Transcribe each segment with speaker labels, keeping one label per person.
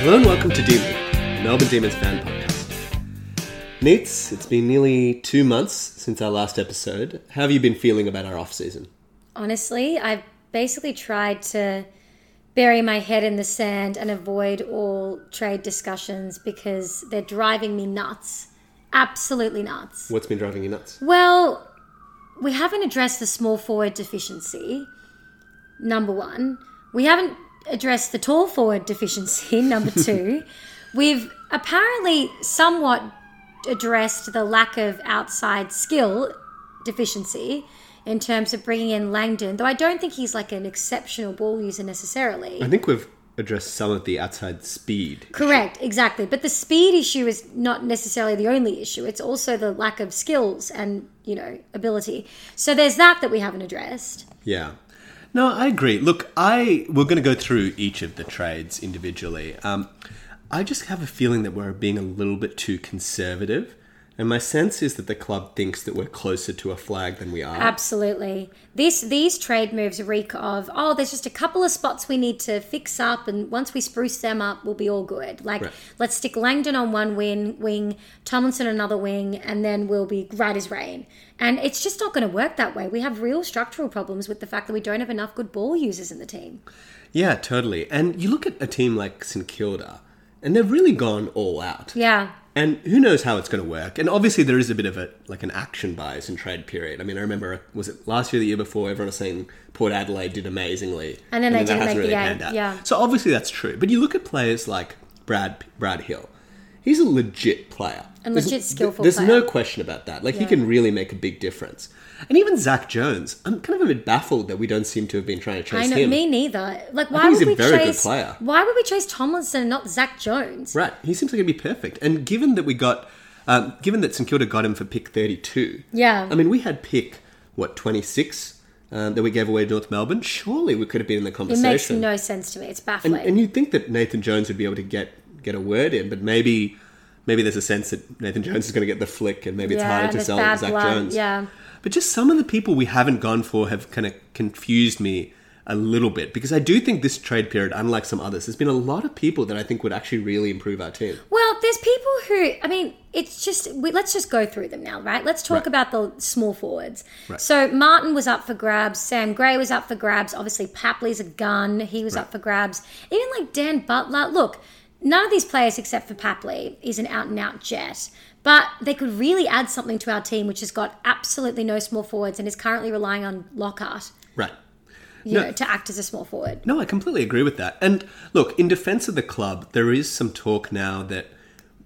Speaker 1: Hello and welcome to Demon, the Melbourne Demons fan podcast. Neats, it's been nearly two months since our last episode. How have you been feeling about our off season?
Speaker 2: Honestly, I've basically tried to bury my head in the sand and avoid all trade discussions because they're driving me nuts. Absolutely nuts.
Speaker 1: What's been driving you nuts?
Speaker 2: Well, we haven't addressed the small forward deficiency, number one. We haven't addressed the tall forward deficiency, number two. We've apparently somewhat addressed the lack of outside skill deficiency in terms of bringing in Langdon, though I don't think he's like an exceptional ball user necessarily.
Speaker 1: I think we've addressed some of the outside speed.
Speaker 2: Correct, exactly. But the speed issue is not necessarily the only issue. It's also the lack of skills and, you know, ability. So there's that that we haven't addressed.
Speaker 1: Yeah. No, I agree. Look, I we're going to go through each of the trades individually. Um, I just have a feeling that we're being a little bit too conservative, and my sense is that the club thinks that we're closer to a flag than we are.
Speaker 2: Absolutely. This these trade moves reek of, oh, there's just a couple of spots we need to fix up and once we spruce them up, we'll be all good. Like
Speaker 1: Right.
Speaker 2: let's stick Langdon on one wing, wing, Tomlinson another wing, and then we'll be right as rain. And it's just not going to work that way. We have real structural problems with the fact that we don't have enough good ball users in the team.
Speaker 1: Yeah, totally. And you look at a team like St Kilda, and they've really gone all out.
Speaker 2: Yeah.
Speaker 1: And who knows how it's going to work? And obviously, there is a bit of a like an action bias in trade period. I mean, I remember was it last year, the year before, everyone was saying Port Adelaide did amazingly,
Speaker 2: And then they didn't
Speaker 1: that
Speaker 2: make the
Speaker 1: panned
Speaker 2: eight, yeah.
Speaker 1: So obviously that's true. But you look at players like Brad Brad Hill. He's a legit player.
Speaker 2: A
Speaker 1: There's-
Speaker 2: legit skillful
Speaker 1: There's
Speaker 2: player.
Speaker 1: no question about that. Like he
Speaker 2: Yeah.
Speaker 1: can really make a big difference. And even Zach Jones, I'm kind of a bit baffled that we don't seem to have been trying to chase
Speaker 2: I know,
Speaker 1: him.
Speaker 2: me neither. Like, why
Speaker 1: think he's
Speaker 2: would
Speaker 1: a
Speaker 2: we
Speaker 1: very good
Speaker 2: chase?
Speaker 1: player.
Speaker 2: Why would we chase Tomlinson and not Zach Jones?
Speaker 1: Right. He seems like he'd be perfect. And given that we got, um, given that St Kilda got him for pick 32.
Speaker 2: Yeah.
Speaker 1: I mean, we had pick, what, 26 um, that we gave away to North Melbourne. Surely we could have been in the
Speaker 2: It
Speaker 1: conversation.
Speaker 2: makes no sense to me. It's baffling.
Speaker 1: and, and you'd think that Nathan Jones would be able to get, get a word in, but maybe maybe there's a sense that Nathan Jones is going to get the flick and maybe it's
Speaker 2: yeah,
Speaker 1: harder to
Speaker 2: there's
Speaker 1: sell
Speaker 2: bad
Speaker 1: Zach
Speaker 2: blood.
Speaker 1: Jones.
Speaker 2: Yeah,
Speaker 1: But just some of the people we haven't gone for have kind of confused me a little bit because I do think this trade period, unlike some others, there's been a lot of people that I think would actually really improve our team.
Speaker 2: Well, there's people who, I mean, it's just, we, let's just go through them now, right? Let's talk
Speaker 1: Right.
Speaker 2: about the small forwards. So Martin was up for grabs. Sam Gray was up for grabs. Obviously, Papley's a gun. He was up for grabs. Even like Dan Butler. Look, none of these players, except for Papley, is an out and out jet. But they could really add something to our team, which has got absolutely no small forwards and is currently relying on Lockhart,
Speaker 1: Right.
Speaker 2: you
Speaker 1: No. Uh,
Speaker 2: know, to act as a small forward.
Speaker 1: No, I completely agree with that. And look, in defense of the club, there is some talk now that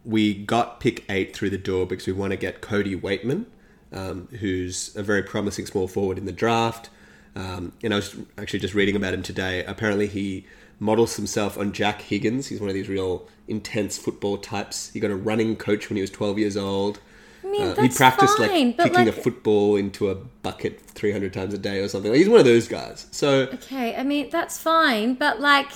Speaker 1: we got pick eight through the door because we want to get Cody Waitman, um, who's a very promising small forward in the draft. Um, and I was actually just reading about him today. Apparently, he models himself on Jack Higgins. He's one of these real intense football types. He got a running coach when he was 12 years old. I
Speaker 2: mean,
Speaker 1: he
Speaker 2: that's
Speaker 1: practiced
Speaker 2: fine,
Speaker 1: like
Speaker 2: but,
Speaker 1: kicking a
Speaker 2: like-
Speaker 1: football into a bucket 300 times a day or something. Like, he's one of those guys. So
Speaker 2: Okay, I mean that's fine, but like,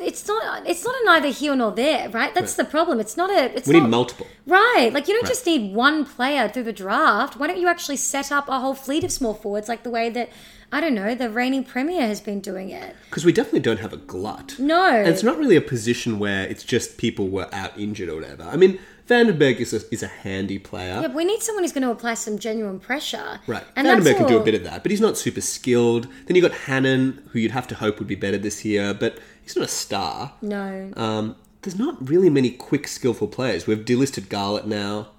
Speaker 2: it's not it's not an either here nor there, right? That's the problem. It's not a it's
Speaker 1: we
Speaker 2: not,
Speaker 1: need multiple.
Speaker 2: right. Like you don't just need one player through the draft. Why don't you actually set up a whole fleet of small forwards, like the way that I don't know the reigning premier has been doing it?
Speaker 1: Because we definitely don't have a glut.
Speaker 2: No,
Speaker 1: And it's not really a position where it's just people were out injured or whatever. I mean, Vandenberg is a, is a handy player.
Speaker 2: Yeah, but we need someone who's going to apply some genuine pressure.
Speaker 1: Right.
Speaker 2: and that's
Speaker 1: Vandenberg can do a
Speaker 2: all-
Speaker 1: bit of that, but he's not super skilled. Then you got Hannon, who you'd have to hope would be better this year, but he's not a star.
Speaker 2: No,
Speaker 1: Um, there's not really many quick, skillful players. We've delisted Garlett now.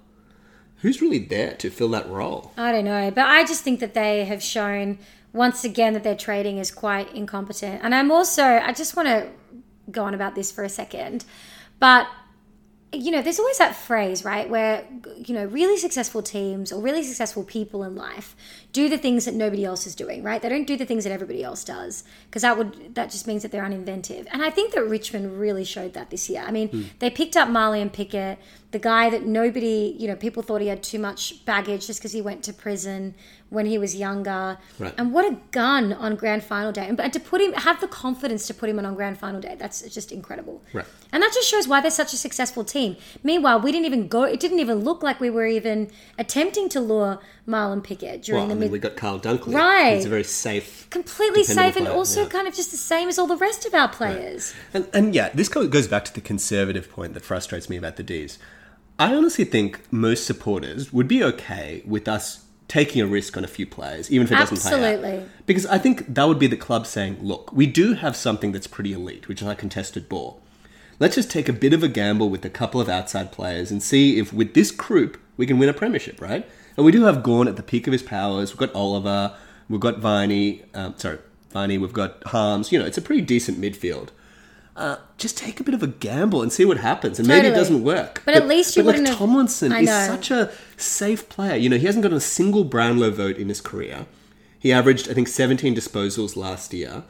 Speaker 1: Who's really there to fill that role?
Speaker 2: I don't know, but I just think that they have shown once again that their trading is quite incompetent. And I'm also, I just want to go on about this for a second, but you know, there's always that phrase, right, where you know, really successful teams or really successful people in life do the things that nobody else is doing, right? They don't do the things that everybody else does because that would that just means that they're uninventive. And I think that Richmond really showed that this year. I mean, they picked up Marley and Pickett, the guy that nobody, you know, people thought he had too much baggage just because he went to prison when he was younger.
Speaker 1: Right.
Speaker 2: And what a gun on grand final day. And, and to put him have the confidence to put him on on grand final day. That's just incredible.
Speaker 1: Right.
Speaker 2: And that just shows why they're such a successful team. Meanwhile, we didn't even go. It didn't even look like we were even attempting to lure Marlon Pickett during
Speaker 1: Well, I
Speaker 2: the
Speaker 1: mean,
Speaker 2: mid.
Speaker 1: we got Carl Dunkley.
Speaker 2: Right.
Speaker 1: He's a very safe.
Speaker 2: completely
Speaker 1: dependable
Speaker 2: safe and
Speaker 1: player,
Speaker 2: also
Speaker 1: yeah.
Speaker 2: kind of just the same as all the rest of our players.
Speaker 1: And, and yeah, this go- goes back to the conservative point that frustrates me about the D's. I honestly think most supporters would be okay with us taking a risk on a few players, even if it doesn't play
Speaker 2: Absolutely.
Speaker 1: out. Because I think that would be the club saying, look, we do have something that's pretty elite, which is like contested ball. Let's just take a bit of a gamble with a couple of outside players and see if with this group we can win a premiership, right? And we do have Gorn at the peak of his powers. We've got Oliver, we've got Viney, um, sorry, Viney, we've got Harms. You know, it's a pretty decent midfield. Uh, just take a bit of a gamble and see what happens, and maybe it
Speaker 2: Totally.
Speaker 1: doesn't work.
Speaker 2: But at least you
Speaker 1: but like
Speaker 2: wouldn't have-
Speaker 1: Tomlinson
Speaker 2: I
Speaker 1: is
Speaker 2: know.
Speaker 1: such a safe player. You know, he hasn't gotten a single Brownlow vote in his career. He averaged, I think, 17 disposals last year.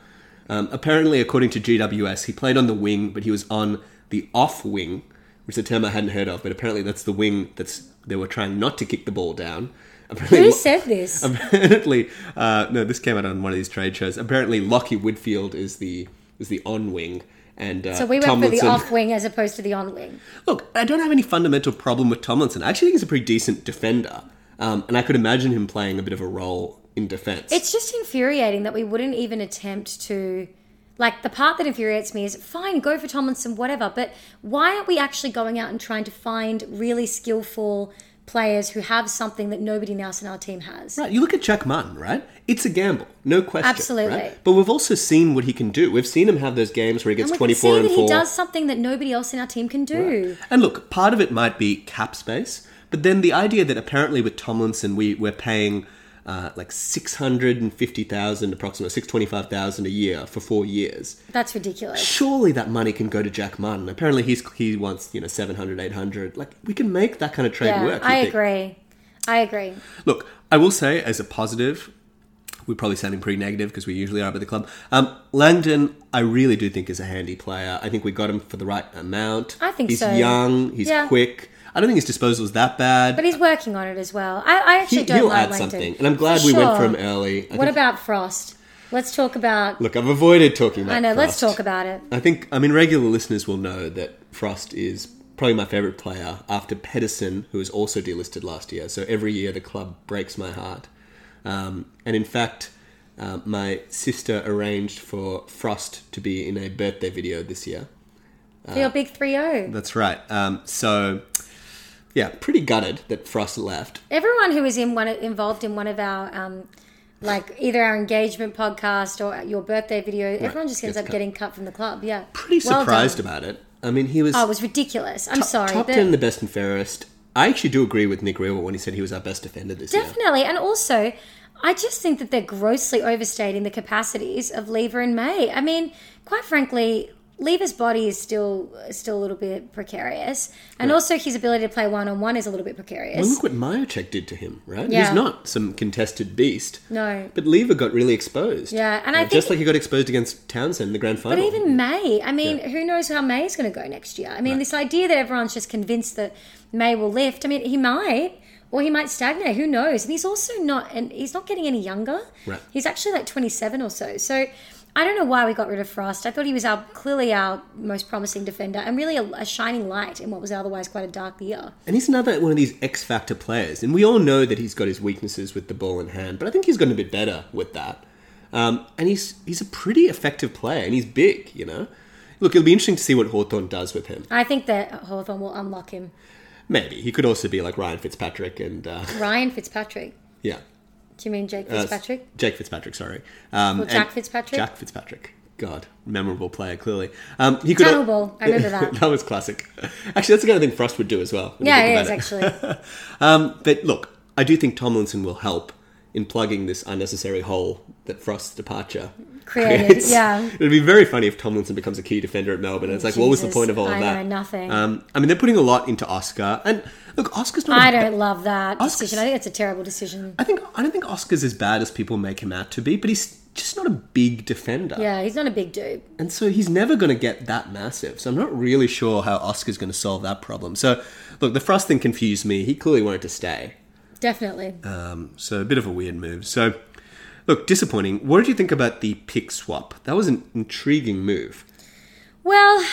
Speaker 1: Um, apparently, according to GWS, he played on the wing, but he was on the off wing, which is a term I hadn't heard of. But apparently, that's the wing that's they were trying not to kick the ball down. Apparently,
Speaker 2: Who said this?
Speaker 1: um, apparently, uh, no, this came out on one of these trade shows. Apparently, Lockie Whitfield is the is the on wing, and uh,
Speaker 2: So we went for
Speaker 1: Tomlinson-
Speaker 2: the off wing as opposed to the on wing.
Speaker 1: Look, I don't have any fundamental problem with Tomlinson. I actually think he's a pretty decent defender, um, and I could imagine him playing a bit of a role in defense.
Speaker 2: It's just infuriating that we wouldn't even attempt to. Like, the part that infuriates me is fine, go for Tomlinson, whatever, but why aren't we actually going out and trying to find really skillful players who have something that nobody else in our team has?
Speaker 1: Right, you look at Jack Martin, right? It's a gamble, no question.
Speaker 2: Absolutely.
Speaker 1: right? But we've also seen what he can do. We've seen him have those games where he gets
Speaker 2: And we
Speaker 1: twenty
Speaker 2: can see
Speaker 1: four and
Speaker 2: that
Speaker 1: four.
Speaker 2: he does something that nobody else in our team can do.
Speaker 1: And look, part of it might be cap space, but then the idea that apparently with Tomlinson we we're paying uh, like six hundred and fifty thousand, approximately six twenty five thousand a year for four years.
Speaker 2: That's ridiculous.
Speaker 1: Surely that money can go to Jack Martin. Apparently he's he wants you know 700, 800. Like we can make that kind of trade
Speaker 2: Yeah,
Speaker 1: work. you
Speaker 2: I
Speaker 1: think.
Speaker 2: agree. I agree.
Speaker 1: Look, I will say as a positive, we're probably sounding pretty negative because we usually are about the club. Um, Langdon, I really do think is a handy player. I think we got him for the right amount.
Speaker 2: I think
Speaker 1: he's
Speaker 2: so.
Speaker 1: young. He's
Speaker 2: Yeah.
Speaker 1: quick. I don't think his disposal is that bad.
Speaker 2: But he's working on it as well. I, I actually
Speaker 1: he,
Speaker 2: don't
Speaker 1: will
Speaker 2: like
Speaker 1: add
Speaker 2: Langdon.
Speaker 1: something, and I'm glad we
Speaker 2: Sure.
Speaker 1: went for him early. I
Speaker 2: What
Speaker 1: think-
Speaker 2: about Frost? Let's talk about.
Speaker 1: Look, I've avoided talking about.
Speaker 2: I know. Let's
Speaker 1: Frost.
Speaker 2: talk about it.
Speaker 1: I think I mean regular listeners will know that Frost is probably my favorite player after Pedersen, who was also delisted last year. So every year the club breaks my heart. Um, and in fact, uh, my sister arranged for Frost to be in a birthday video this year.
Speaker 2: For
Speaker 1: Uh,
Speaker 2: your big three oh. zero.
Speaker 1: That's right. Um, so yeah, pretty gutted that Frost left.
Speaker 2: Everyone who is in one involved in one of our. Um, like either our engagement podcast or your birthday video, everyone just ends
Speaker 1: gets
Speaker 2: up
Speaker 1: cut.
Speaker 2: getting cut from the club. Yeah,
Speaker 1: Pretty
Speaker 2: Well
Speaker 1: surprised
Speaker 2: done.
Speaker 1: about it. I mean, he was
Speaker 2: Oh, it was ridiculous. I'm sorry.
Speaker 1: top
Speaker 2: but-
Speaker 1: ten, the best and fairest. I actually do agree with Nick Real when he said he was our best defender this year.
Speaker 2: Definitely. And also, I just think that they're grossly overstating the capacities of Lever and May. I mean, quite frankly, Lever's body is still still a little bit precarious. And also his ability to play one on one is a little bit precarious.
Speaker 1: Well, look what Majacek did to him, right?
Speaker 2: Yeah.
Speaker 1: He's not some contested beast.
Speaker 2: No.
Speaker 1: But Lever got really exposed.
Speaker 2: Yeah, and I
Speaker 1: just
Speaker 2: think-
Speaker 1: like he got exposed against Townsend in the grand final.
Speaker 2: But even May, I mean, who knows how May is going to go next year? I mean, this idea that everyone's just convinced that May will lift. I mean, he might, or he might stagnate. Who knows? And he's also not, and he's not getting any younger.
Speaker 1: Right.
Speaker 2: He's actually like 27 or so. So I don't know why we got rid of Frost. I thought he was our clearly our most promising defender and really a, a shining light in what was otherwise quite a dark year.
Speaker 1: and he's another one of these X factor players, and we all know that he's got his weaknesses with the ball in hand, but I think he's gotten a bit better with that. Um, and he's he's a pretty effective player, and he's big, you know. Look, it'll be interesting to see what Hawthorn does with him.
Speaker 2: I think that oh, Hawthorn will unlock him.
Speaker 1: Maybe he could also be like Ryan Fitzpatrick, and uh,
Speaker 2: Ryan Fitzpatrick.
Speaker 1: yeah,
Speaker 2: Do you mean Jake
Speaker 1: Uh,
Speaker 2: Fitzpatrick?
Speaker 1: Jake Fitzpatrick, sorry. Um,
Speaker 2: Or Jack
Speaker 1: and-
Speaker 2: Fitzpatrick?
Speaker 1: Jack Fitzpatrick. God, memorable player, clearly. Um, he could
Speaker 2: Tunnel ball, I remember that.
Speaker 1: that was classic. Actually, that's the kind of thing Frost would do as well. when you
Speaker 2: yeah,
Speaker 1: think
Speaker 2: it
Speaker 1: about
Speaker 2: is actually.
Speaker 1: Um, but look, I do think Tomlinson will help in plugging this unnecessary hole that Frost's departure
Speaker 2: Created,
Speaker 1: creates.
Speaker 2: yeah.
Speaker 1: It would be very funny if Tomlinson becomes a key defender at Melbourne. And it's like, what was the
Speaker 2: Jesus,
Speaker 1: point of all
Speaker 2: I
Speaker 1: of that?
Speaker 2: know, nothing.
Speaker 1: Um, I mean, they're putting a lot into Oscar. And look, Oscar's not
Speaker 2: I
Speaker 1: a
Speaker 2: don't love that
Speaker 1: Oscars.
Speaker 2: decision. I think it's a terrible decision.
Speaker 1: I think I don't think Oscar's as bad as people make him out to be, but he's just not a big defender.
Speaker 2: Yeah, he's not a big dude.
Speaker 1: And so he's never going to get that massive. So I'm not really sure how Oscar's going to solve that problem. So, look, the Frost thing confused me. He clearly wanted to stay.
Speaker 2: Definitely.
Speaker 1: Uh. So, a bit of a weird move. So, look, disappointing. What did you think about the pick swap? That was an intriguing move.
Speaker 2: well,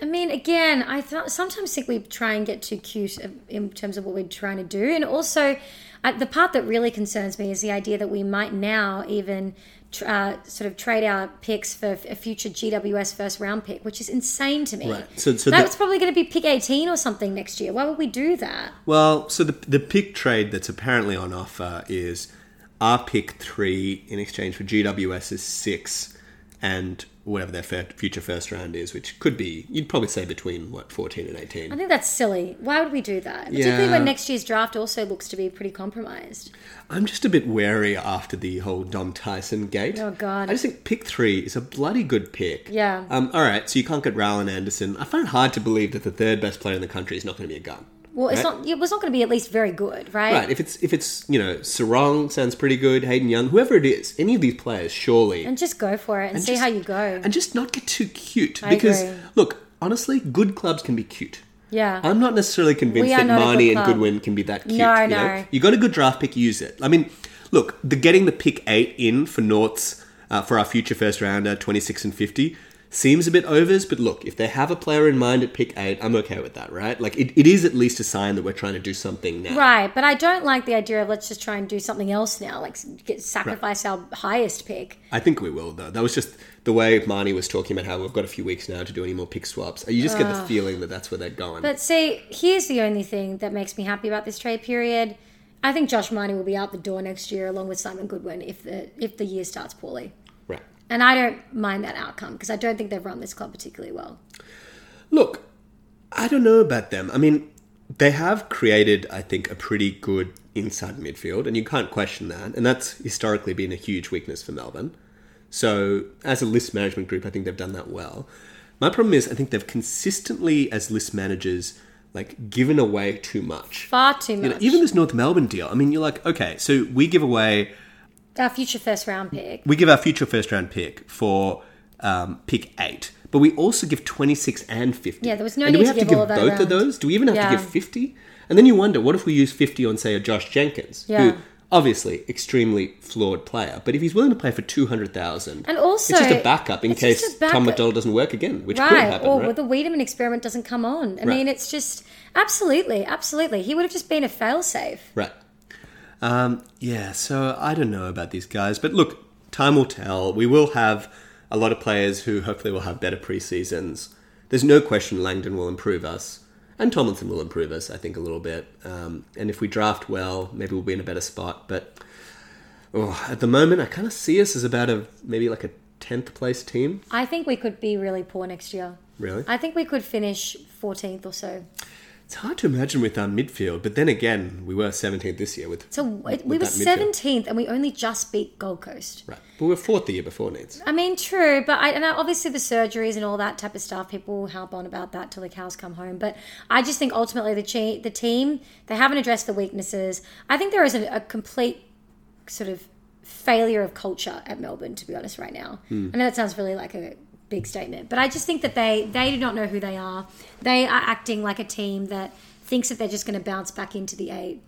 Speaker 2: I mean, again, I th- sometimes think we try and get too cute in terms of what we're trying to do. And also, I, the part that really concerns me is the idea that we might now even tr- uh, sort of trade our picks for f- a future GWS first round pick, which is insane to me.
Speaker 1: Right. So- so
Speaker 2: that's
Speaker 1: the-
Speaker 2: probably going to be pick 18 or something next year. Why would we do that?
Speaker 1: Well, so the the pick trade that's apparently on offer is our pick three in exchange for GWS's six and whatever their fir- future first round is, which could be you'd probably say between what fourteen and
Speaker 2: I
Speaker 1: eighteen.
Speaker 2: think that's silly. Why would we do that? Particularly
Speaker 1: Yeah.
Speaker 2: when next year's draft also looks to be pretty compromised.
Speaker 1: I'm just a bit wary after the whole Dom Tyson gate.
Speaker 2: Oh, God.
Speaker 1: I just think pick three is a bloody good pick.
Speaker 2: Yeah.
Speaker 1: Um. All right. So you can't get Rowland Anderson. I find it hard to believe that the third best player in the country is not going to be a gun.
Speaker 2: Well, it's
Speaker 1: Right.
Speaker 2: not. It was not going to be at least very good, right?
Speaker 1: Right. If it's if it's you know Sarong sounds pretty good. Hayden Young, whoever it is, any of these players, surely.
Speaker 2: And just go for it and, see
Speaker 1: just-
Speaker 2: how you go.
Speaker 1: and just not get too cute
Speaker 2: I
Speaker 1: because
Speaker 2: agree.
Speaker 1: look honestly good clubs can be cute
Speaker 2: yeah.
Speaker 1: i'm not necessarily convinced
Speaker 2: We are
Speaker 1: that
Speaker 2: not a
Speaker 1: marnie
Speaker 2: good
Speaker 1: and
Speaker 2: club.
Speaker 1: goodwin can be that cute
Speaker 2: No,
Speaker 1: you,
Speaker 2: no.
Speaker 1: know? you got a good draft pick use it i mean look the getting the pick eight in for noughts uh, for our future first rounder 26 and 50 seems a bit overs but look if they have a player in mind at pick eight i'm okay with that right like it, it is at least a sign that we're trying to do something now
Speaker 2: Right, but I don't like the idea of let's just try and do something else now, like s- get, sacrifice our highest pick.
Speaker 1: I think we will, though. That was just the way Marnie was talking about how we've got a few weeks now to do any more pick swaps. You just get the feeling that that's where they're going.
Speaker 2: But see, here's the only thing that makes me happy about this trade period. I think Josh Miney will be out the door next year, along with Simon Goodwin, if the if the year starts poorly.
Speaker 1: right.
Speaker 2: And I don't mind that outcome because I don't think they've run this club particularly well.
Speaker 1: Look, I don't know about them. I mean, they have created, I think, a pretty good inside midfield, and you can't question that. And that's historically been a huge weakness for Melbourne. So, as a list management group, I think they've done that well. My problem is, I think they've consistently, as list managers, like given away too much.
Speaker 2: Far too much.
Speaker 1: You know, even this North Melbourne deal. I mean, you're like, okay, so we give away
Speaker 2: our future first round pick.
Speaker 1: we give our future first round pick for um, pick eight, but we also give 26 and 50.
Speaker 2: Yeah, there was no
Speaker 1: and do
Speaker 2: need
Speaker 1: we
Speaker 2: to
Speaker 1: have
Speaker 2: give
Speaker 1: give
Speaker 2: all that
Speaker 1: both of
Speaker 2: around.
Speaker 1: those? Do we even have
Speaker 2: Yeah.
Speaker 1: to give 50? And then you wonder, what if we use 50 on, say, a Josh Jenkins,
Speaker 2: Yeah.
Speaker 1: who obviously extremely flawed player, but if he's willing to play for 200,000,
Speaker 2: And also,
Speaker 1: it's just a backup in
Speaker 2: it's just
Speaker 1: case
Speaker 2: a backup.
Speaker 1: Tom McDonald doesn't work again, which could
Speaker 2: Right,
Speaker 1: happen,
Speaker 2: or
Speaker 1: right?
Speaker 2: the Wiedemann experiment doesn't come on. I
Speaker 1: Right.
Speaker 2: mean, it's just absolutely, absolutely. He would have just been a failsafe.
Speaker 1: Right. Um, yeah, so I don't know about these guys, but look, time will tell. We will have a lot of players who hopefully will have better preseasons. There's no question Langdon will improve us, and Tomlinson will improve us, I think, a little bit. Um, and if we draft well, maybe we'll be in a better spot. But oh, at the moment, I kind of see us as about a maybe like a 10th place team,
Speaker 2: I think we could be really poor next year.
Speaker 1: really.
Speaker 2: I think we could finish 14th or so.
Speaker 1: It's hard to imagine with our midfield, but then again, we were 17th this year with.
Speaker 2: So it, we
Speaker 1: With
Speaker 2: were
Speaker 1: that midfield.
Speaker 2: 17th and we only just beat Gold Coast.
Speaker 1: Right. But we were fourth the year before, Neds.
Speaker 2: I mean, true, but I, and I, obviously the surgeries and all that type of stuff, people will harp on about that till the cows come home. But I just think ultimately the, che- the team, they haven't addressed the weaknesses. I think there is a, a complete sort of failure of culture at Melbourne, to be honest, right now. I know that sounds really like a big statement, but I just think that they, they do not know who they are. They are acting like a team that thinks that they're just going to bounce back into the eight.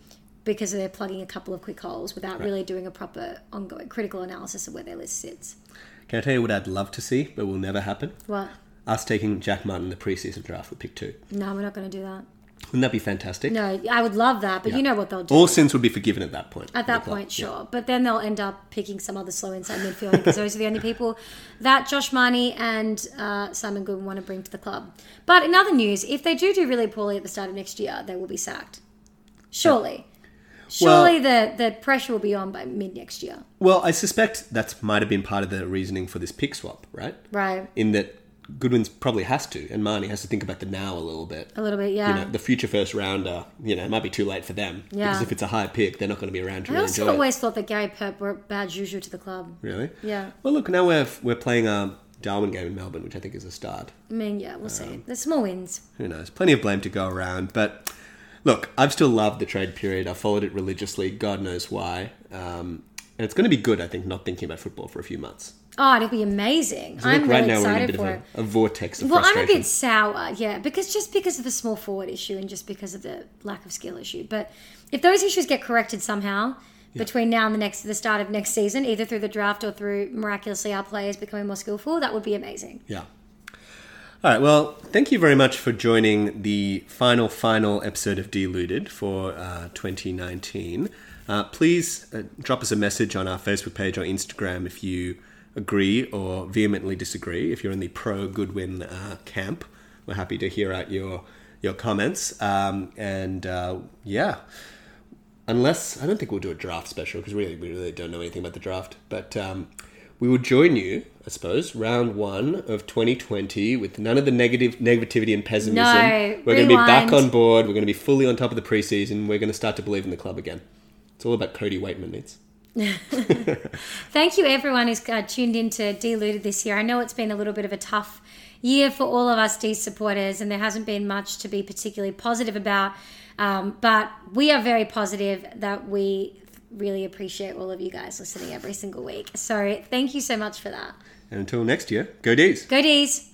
Speaker 2: Because they're plugging a couple of quick holes without really doing a proper ongoing critical analysis of where their list sits.
Speaker 1: Can I tell you what I'd love to see, but will never happen?
Speaker 2: What?
Speaker 1: us taking Jack Martin in the preseason draft with pick two.
Speaker 2: No, we're not going to do that.
Speaker 1: Wouldn't that be fantastic?
Speaker 2: No, I would love that, but you know what they'll do.
Speaker 1: All sins would be forgiven at that point.
Speaker 2: At that point, sure. But then they'll end up picking some other slow inside midfielder because those are the only people that Josh Marnie and uh, Simon Goodwin want to bring to the club. But in other news, if they do do really poorly at the start of next year, they will be sacked. Surely.
Speaker 1: Well-
Speaker 2: Surely the, the pressure will be on by mid next year.
Speaker 1: Well, I suspect that might have been part of the reasoning for this pick swap, right?
Speaker 2: Right.
Speaker 1: In that Goodwin's probably has to, and Marnie has to think about the now a little bit.
Speaker 2: A little bit,
Speaker 1: You
Speaker 2: Oh, yeah.
Speaker 1: know, the future first rounder, you know, it might be too late for them.
Speaker 2: Yeah.
Speaker 1: Because if it's a high pick, they're not going to be around to
Speaker 2: I
Speaker 1: really
Speaker 2: also
Speaker 1: enjoy it.
Speaker 2: always thought that Gary Pert brought bad juju to the club.
Speaker 1: Really?
Speaker 2: Yeah.
Speaker 1: Well, look, now we're, we're playing our Darwin game in Melbourne, which I think is a start.
Speaker 2: I mean, yeah, we'll see. There's small wins.
Speaker 1: who knows? Plenty of blame to go around. But look, I've still loved the trade period. I followed it religiously. God knows why. Um, and it's going to be good, I think, not thinking about football for a few months.
Speaker 2: Oh, it'll be amazing.
Speaker 1: I
Speaker 2: I'm
Speaker 1: think
Speaker 2: really
Speaker 1: right now we're in a
Speaker 2: excited
Speaker 1: bit of
Speaker 2: for it.
Speaker 1: a, a vortex of
Speaker 2: Well, I'm a
Speaker 1: frustration.
Speaker 2: bit sour, yeah, because just because of the small forward issue and just because of the lack of skill issue. But if those issues get corrected somehow between now and the next, the start of next season, either through the draft or through miraculously our players becoming more skillful, that would be amazing.
Speaker 1: Yeah. All right. Well, thank you very much for joining the final, final episode of Deluded for uh, 2019. Uh, please uh, drop us a message on our Facebook page or Instagram if you agree or vehemently disagree. If you're in the pro Goodwin uh, camp, we're happy to hear out your your comments. Um, and uh, yeah, unless I don't think we'll do a draft special because really we really don't know anything about the draft. But um, we will join you, I suppose, round one of 2020 with none of the negative negativity and pessimism.
Speaker 2: No,
Speaker 1: we're going to be back
Speaker 2: rewind.
Speaker 1: on board. We're going to be fully on top of the preseason. We're going to start to believe in the club again. It's all about Cody Waitman. Needs.
Speaker 2: Thank you, everyone who's uh, tuned in to Deluded this year. I know it's been a little bit of a tough year for all of us D supporters, and there hasn't been much to be particularly positive about. Um, but we are very positive that we really appreciate all of you guys listening every single week. So thank you so much for that.
Speaker 1: And until next year, go D's.
Speaker 2: Go D's.